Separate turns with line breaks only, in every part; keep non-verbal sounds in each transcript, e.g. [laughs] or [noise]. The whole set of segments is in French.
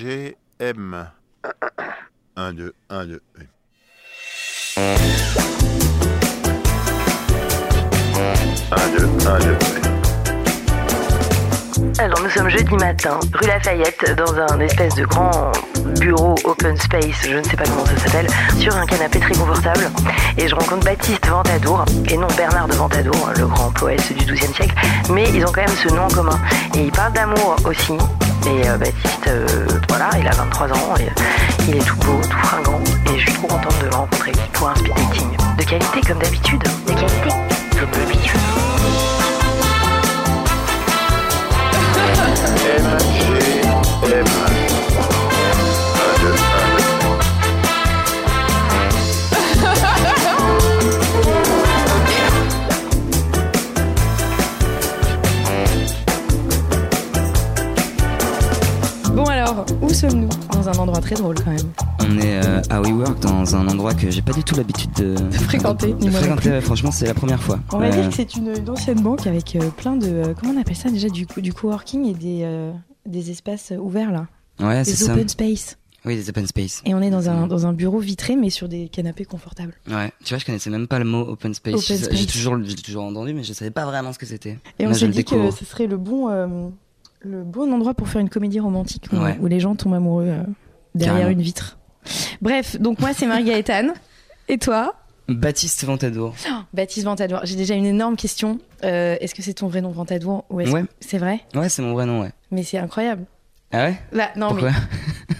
MGM. 1, 2, 1, 2. Un, deux, un, deux.
Alors nous sommes jeudi matin, rue Lafayette, dans un espèce de grand bureau open space, je ne sais pas comment ça s'appelle, sur un canapé très confortable. Et je rencontre Baptiste Ventadour, et non Bernard de Ventadour, le grand poète du XIIe siècle, mais ils ont quand même ce nom en commun. Et ils parlent d'amour aussi. Et euh, Baptiste, euh, voilà, il a 23 ans, et, euh, il est tout beau, tout fringant, et je suis trop contente de le rencontrer pour un speed dating. De qualité comme d'habitude. De qualité comme d'habitude.
MGM. 1, 2, 1, 2.
Bon alors, où sommes-nous Dans un endroit très drôle quand même.
On est euh, à WeWork dans un endroit que j'ai pas du tout l'habitude de,
fréquenter, ni moi
De
non
fréquenter,
plus.
ouais, franchement, c'est la première fois.
On va
Euh,
dire que c'est une, une ancienne banque avec euh, plein de euh, comment on appelle ça déjà du co- du coworking et des euh, des espaces euh, ouverts là,
ouais, Ah, c'est
des
ça.
open space.
Oui, des open space.
Et on est dans un
Mm.
dans un bureau vitré mais sur des canapés confortables.
Ouais. Tu vois, je connaissais même pas le mot open space.
Open
Je-
space.
J'ai toujours, j'ai toujours entendu, mais je savais pas vraiment ce que c'était.
Et on
Là, je
s'est
le
dit que
découvre.
ce serait le bon euh, le bon endroit pour faire une comédie romantique où,
Ouais.
où les gens tombent amoureux euh, derrière
Carrément.
une vitre. Bref, donc moi c'est Marie-Gaëtane. Et toi
Baptiste Ventadour.
Baptiste Ventadour. J'ai déjà une énorme question. Euh, est-ce que c'est ton vrai nom Ventadour ou est-ce
Ouais.
que c'est vrai
Ouais, c'est mon vrai nom, ouais.
Mais c'est incroyable.
Ah ouais
Là, non,
Pourquoi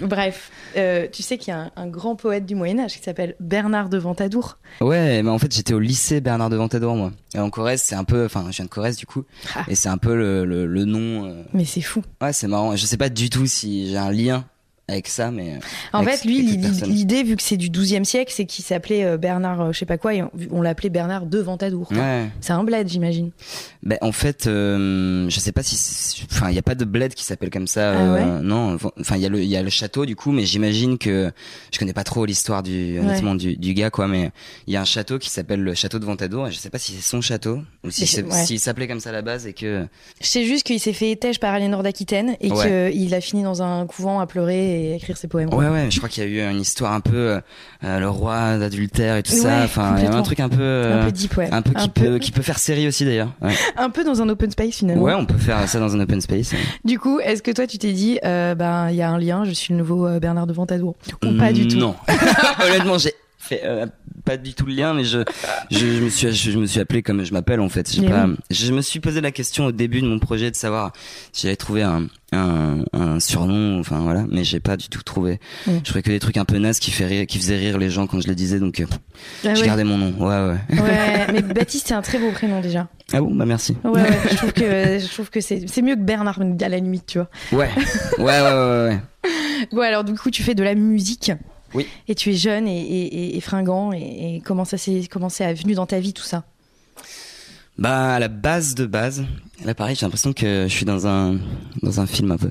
mais bref, euh, tu sais qu'il y a un, un grand poète du Moyen-Âge qui s'appelle Bernard de Ventadour.
Ouais, mais en fait, j'étais au lycée Bernard de Ventadour, moi. Et en Corrèze, c'est un peu. Enfin, je viens de Corrèze, du coup.
Ah.
Et c'est un peu le, le, le nom. euh,
Mais c'est fou.
Ouais, c'est marrant. Je sais pas du tout si j'ai un lien avec ça, mais.
En
Avec-
fait, lui,
avec cette
l'i-
personne.
l'idée, vu que c'est du 12e siècle, c'est qu'il s'appelait euh, Bernard, euh, je sais pas quoi, et on, on l'appelait Bernard de Ventadour. quoi.
euh, Ouais.
C'est un bled, j'imagine.
Ben, en fait, euh, je sais pas si, c'est- enfin, il y a pas de bled qui s'appelle comme ça.
Ah
euh, non, enfin, il y a le, il y a le château du coup, mais j'imagine que je connais pas trop l'histoire du, honnêtement, du, du gars quoi. Mais il y a un château qui s'appelle le château de Ventadour. Et je sais pas si c'est son château ou si
Mais je-
c'est-
ouais.
s'il s'appelait comme ça à la base et que.
Je sais juste qu'il s'est fait étèche par Aliénor d'Aquitaine et
Ouais.
qu'il a fini dans un couvent à pleurer et à écrire ses poèmes. quoi.
Ouais, ouais. Je crois qu'il y a eu une histoire un peu euh, euh, le roi d'adultère et tout
Ouais,
ça. Enfin, il y a
complètement.
un truc un peu. euh,
Un peu deep, ouais.
un peu qui peut qui peut faire série aussi d'ailleurs. Ouais.
un peu dans un open space finalement.
Ouais, on peut faire ça dans un open space.
Du coup, est-ce que toi tu t'es dit, euh, ben il y a un lien, je suis le nouveau euh, Bernard de Ventadour Ou pas du tout
Non. [laughs] Honnêtement, j'ai fait euh, pas du tout le lien, mais je, je, je me suis je, je me suis appelé comme je m'appelle en fait. J'ai
Mais
pas- Je me suis posé la question au début de mon projet de savoir si j'allais trouver un, un, un surnom, enfin voilà, mais j'ai pas du tout trouvé.
Mm.
Je trouvais que des trucs un peu nazes qui, fait rire, qui faisaient rire les gens quand je les disais, donc euh,
Ah
je
ouais.
gardais mon nom. Ouais ouais.
Ouais, mais Baptiste, c'est un très beau prénom déjà.
Ah bon, bah merci.
Ouais, ouais, je trouve que, je trouve que c'est, c'est mieux que Bernard à la limite, tu vois.
Ouais. Ouais ouais ouais ouais. ouais.
Bon, alors du coup, tu fais de la musique.
Oui.
Et tu es jeune et, et, et- et fringant. Et, et comment ça s'est comment c'est venu dans ta vie tout ça
Bah à la base de base, là pareil, j'ai l'impression que je suis dans un dans un film un peu.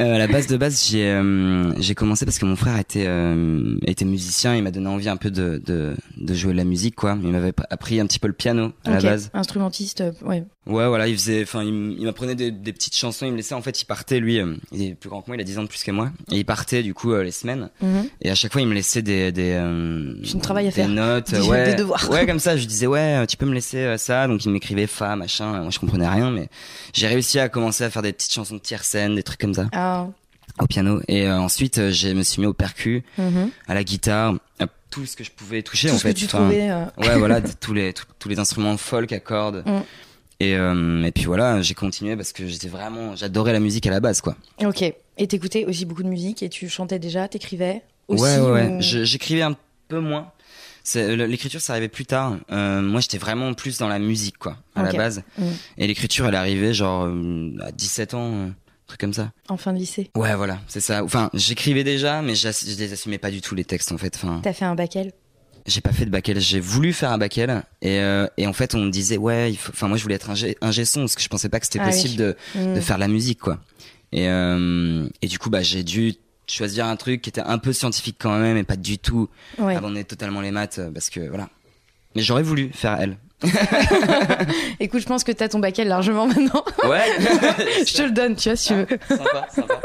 Euh, à la base de base, j'ai euh, j'ai commencé parce que mon frère était euh, était musicien, il m'a donné envie un peu de de de jouer de la musique quoi. Il m'avait pr- appris un petit peu le piano à
Ok,
la base.
Instrumentiste, euh, ouais.
Ouais, voilà, il faisait, enfin, il m- il m'apprenait des, des petites chansons, il me laissait, en fait, il partait, lui, euh, il est plus grand que moi, il a 10 ans de plus que moi, et il partait, du coup, euh, les semaines,
Mhm.
et à chaque fois, il me laissait des, des, euh,
Son travail à
des
faire.
notes,
Des-
ouais,
des devoirs.
ouais, comme ça, je lui disais, ouais, tu peux me laisser euh, ça, donc il m'écrivait fa, machin, moi, je comprenais rien, mais j'ai réussi à commencer à faire des petites chansons de tiercène, des trucs comme ça,
Ah,
au piano, et euh, ensuite, euh, je me suis mis au percu,
mhm.
à la guitare, à tout ce que je pouvais toucher,
Tout
en
ce
fait,
que tu
Enfin,
trouvais. euh, [laughs]
Ouais, voilà, de- tous les, tous, tous les instruments folk à cordes.
Mm.
Et, euh, et puis voilà, j'ai continué parce que j'étais vraiment, j'adorais la musique à la base, quoi.
Ok. Et t'écoutais aussi beaucoup de musique et tu chantais déjà, t'écrivais aussi.
ouais, ouais, ouais.
ou-
Je- J'écrivais un peu moins. C'est- le- L'écriture, ça arrivait plus tard. Euh, moi, j'étais vraiment plus dans la musique, quoi, à
Ok.
la base.
Mm.
Et l'écriture, elle arrivait genre euh, à 17 ans, euh, un truc comme ça.
En fin de lycée.
Ouais, voilà, c'est ça. Enfin, j'écrivais déjà, mais j'ass- je les assumais pas du tout, les textes, en fait. Enfin,
T'as fait un bac L.
J'ai pas fait de bac L, j'ai voulu faire un bac L et, euh, et en fait on me disait ouais, il faut... enfin moi je voulais être ingé, ingé son parce que je pensais pas que c'était
Ah oui.
possible de,
Mhm.
de faire de la musique quoi. Et, euh, et du coup bah j'ai dû choisir un truc qui était un peu scientifique quand même et pas du tout
Ouais.
abandonner totalement les maths euh, parce que voilà. Mais j'aurais voulu faire L.
Écoute, je pense que t'as ton bac L largement [laughs] maintenant.
[laughs] [laughs] Ouais.
je te le donne, tu vois, si tu
Ah.
veux.
sympa, sympa.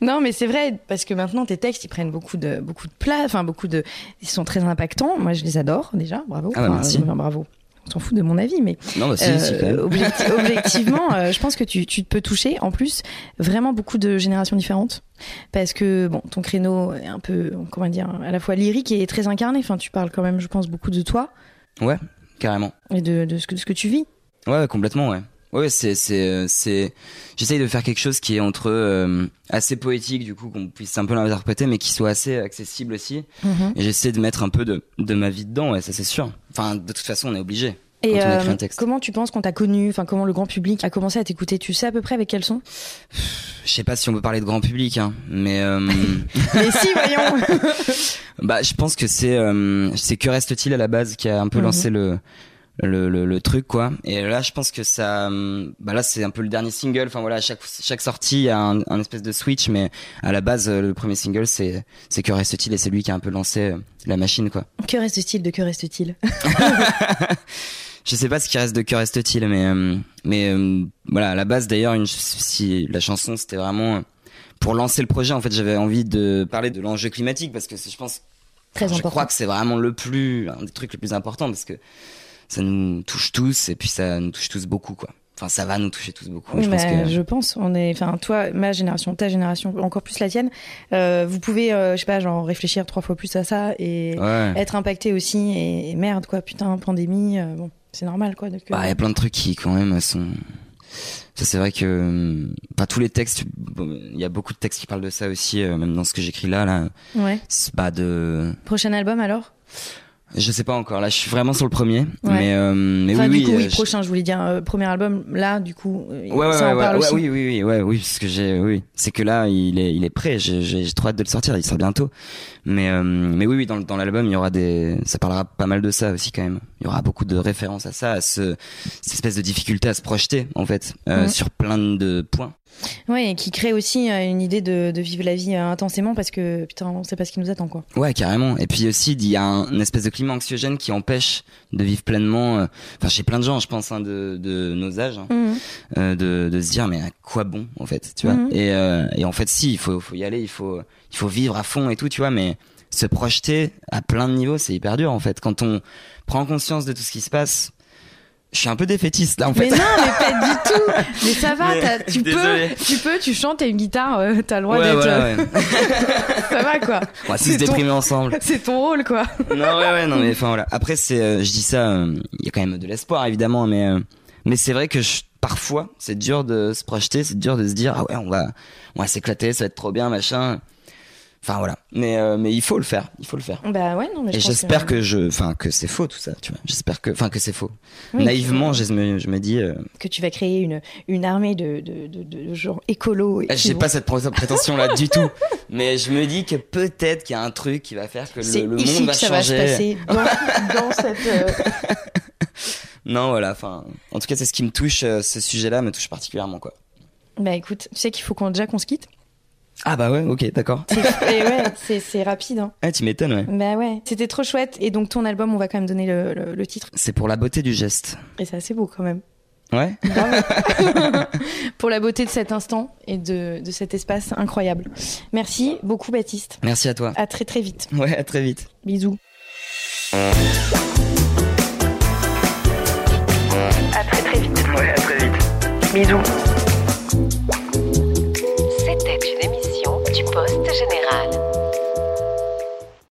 Non, mais c'est vrai, parce que maintenant, tes textes, ils prennent beaucoup de, beaucoup de place, enfin, beaucoup de. Ils sont très impactants. Moi, je les adore, déjà. Bravo.
Ah bah,
Enfin,
merci.
enfin, bravo. On s'en fout de mon avis, mais
Non, bah si, si, quand
euh,
même. [laughs]
objecti- objectivement, euh, je pense que tu, tu peux toucher, en plus, vraiment beaucoup de générations différentes. Parce que, bon, ton créneau est un peu, comment dire, à la fois lyrique et très incarné. Enfin, tu parles quand même, je pense, beaucoup de toi
Carrément.
et de, de, ce, que, de ce que tu vis.
Ouais, ouais, complètement, ouais. Ouais, c'est, c'est, euh, c'est. J'essaye de faire quelque chose qui est entre euh, assez poétique, du coup, qu'on puisse un peu l'interpréter, mais qui soit assez accessible aussi. Et j'essaie de mettre un peu de, de ma vie dedans, ouais, ça c'est sûr. Enfin, de toute façon, on est obligé.
Et
Quand on écrit un
euh,
texte.
comment tu penses qu'on t'a connu, enfin comment le grand public a commencé à t'écouter Tu sais à peu près avec quels sons [laughs]
Je sais pas si on peut parler de grand public, hein, mais euh,
Mais si, voyons
bah, je pense que c'est euh, c'est que reste-t-il à la base qui a un peu
Mhm.
lancé le le, le le truc quoi. Et là, je pense que ça, euh, bah là, c'est un peu le dernier single. Enfin voilà, à chaque chaque sortie, il y a un, un espèce de switch, mais à la base, euh, le premier single, c'est c'est que reste-t-il et c'est lui qui a un peu lancé euh, la machine quoi.
[laughs] Que reste-t-il de que reste-t-il
Je sais pas ce qui reste de que reste-t-il, mais euh, mais euh, voilà à la base d'ailleurs une ch- si la chanson c'était vraiment euh, pour lancer le projet en fait j'avais envie de parler de l'enjeu climatique parce que c'est- je pense
Très
je
important.
crois que c'est vraiment le plus un des trucs les plus importants parce que ça nous touche tous et puis ça nous touche tous beaucoup quoi enfin ça va nous toucher tous beaucoup je pense
Bah,
que
je pense, on est, enfin toi, ma génération, ta génération, encore plus la tienne, euh, vous pouvez, euh, je sais pas, genre réfléchir trois fois plus à ça et
ouais
être impacté aussi. Et, et merde quoi, putain, pandémie, euh, bon, c'est normal quoi. donc, euh,
Bah, il y a plein de trucs qui, quand même, sont. Ça, c'est vrai que. euh, Pas tous les textes. bon, Il y a beaucoup de textes qui parlent de ça aussi, euh, même dans ce que j'écris là. là.
ouais.
C'est pas de.
Prochain album alors
Je sais pas encore. Là, je suis vraiment sur le premier.
Ouais.
Mais, euh, mais
Enfin,
oui,
du coup,
oui.
oui,
euh, je-
prochain, je voulais dire, euh, premier album, là, du coup, euh,
Ouais, ouais,
ça
ouais,
en
ouais,
parle
ouais,
aussi.
oui, oui, oui, ouais, oui, parce que j'ai, oui, c'est que là, il est, il est prêt. J'ai, j'ai, j'ai trop hâte de le sortir. Il sort bientôt. Mais, euh, mais oui, oui, dans, le- dans l'album, il y aura des, ça parlera pas mal de ça aussi quand même. Il y aura beaucoup de références à ça, à ce, cette espèce de difficulté à se projeter en fait euh,
Mhm.
sur plein de points.
Ouais, et qui crée aussi euh, une idée de, de vivre la vie euh, intensément parce que putain, on sait pas ce qui nous attend quoi.
Ouais, carrément. Et puis aussi, il y a un, une espèce de climat anxiogène qui empêche de vivre pleinement. euh, Enfin, chez plein de gens, je pense, hein, de, de nos âges, hein,
Mmh.
euh, de, de se dire mais à quoi bon en fait, tu vois
Mhm.
et, euh, et en fait, si, il faut, faut y aller, il faut, il faut vivre à fond et tout, tu vois. Mais se projeter à plein de niveaux, c'est hyper dur en fait. Quand on prend conscience de tout ce qui se passe, je suis un peu défaitiste là en
Mais
fait.
non, mais pas du tout. Mais ça va,
Mais, [laughs]
t'as- tu
désolé.
peux, tu peux, tu chantes, t'as une guitare, euh, t'as le droit
ouais,
d'être.
voilà,
euh,
ouais.
Ça va quoi.
[laughs] On va tous
C'est [laughs]
se
ton-
déprimer ensemble.
C'est ton rôle quoi.
non ouais ouais non mais enfin voilà après c'est euh, je dis ça euh, il y a quand même de l'espoir évidemment mais euh, mais c'est vrai que je- parfois c'est dur de se projeter c'est dur de se dire ah ouais on va on va s'éclater ça va être trop bien machin enfin voilà mais euh, mais il faut le faire il faut le faire
Bah ouais, non, mais je
et
pense
j'espère que... je enfin que c'est faux tout ça tu vois j'espère que enfin que c'est faux
Oui.
naïvement je me je me dis euh,
que tu vas créer une une armée de de de, de gens écolos. et
ah,
qui
j'ai
vont-
pas cette prétention là
[laughs]
du tout mais je me dis que peut-être qu'il y a un truc qui va faire que
C'est
le, le
ici
monde va
que ça va se
changer
passer [laughs] dans, dans cette. euh,
non voilà enfin en tout cas c'est ce qui me touche euh, ce sujet là me touche particulièrement quoi
[laughs] Bah écoute, tu sais qu'il faut qu'on déjà qu'on se quitte.
Ah bah ouais, ok, d'accord.
C'est- Et [laughs] ouais, c'est c'est rapide. Hein.
Ah, tu m'étonnes, ouais.
Bah ouais, c'était trop chouette. Et donc ton album, on va quand même donner le, le, le titre.
C'est pour la beauté du geste.
Et c'est assez beau quand même.
Ouais
Bravo. pour la beauté de cet instant et de, de cet espace incroyable. Merci beaucoup Baptiste.
Merci à toi.
À très très vite.
Ouais, à très vite.
Bisous.
À très très vite. Ouais, à très vite. Bisous.
C'était une émission du Poste Général.